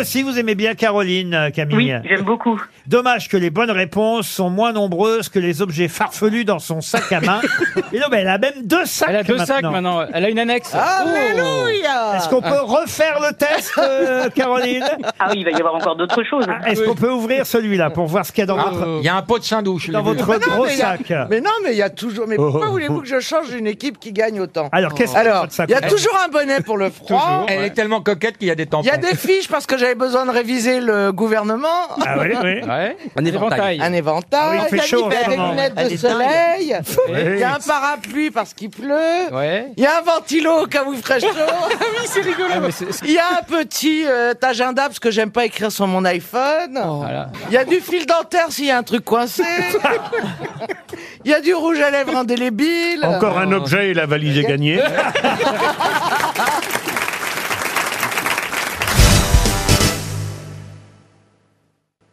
aussi, vous aimez bien Caroline, euh, Oui, Camille. j'aime beaucoup. Dommage que les bonnes réponses sont moins nombreuses que les objets farfelus dans son sac à main. Et non, mais elle a même deux sacs Elle a deux maintenant. sacs maintenant. Ah. Elle a une annexe. Ah, Oh. Est-ce qu'on peut refaire le test, euh, Caroline Ah oui, il va y avoir encore d'autres choses. Est-ce qu'on peut ouvrir celui-là pour voir ce qu'il y a dans Ah, votre, Il y a un pot de sandouche. dans votre Mais non, gros mais il y a- sac Mais non, mais il y a toujours. Mais pourquoi Oh. Ah, voulez-vous que je change une équipe qui gagne autant Alors, qu'est-ce qu'il y a dans Alors, votre sac il y a toujours un bonnet pour le froid. Elle est tellement coquette qu'il y a des tampons. Il y a des fiches parce que j'avais besoin de réviser le gouvernement. Ah oui, oui. Ouais. Un éventail. Un Ah oui, éventail, il fait chaud en il y a ce des moment. lunettes Elle de est dingue. soleil, il y a un parapluie parce qu'il pleut, Ouais. il y a un ventilo au cas où il ferait chaud, Oui, c'est rigolo. il y a un petit euh, agenda parce que j'aime pas écrire sur mon iPhone, Oh. Voilà. il y a du fil dentaire s'il y a un truc coincé, il y a du rouge à lèvres indélébile. Encore un objet et la valise est gagnée.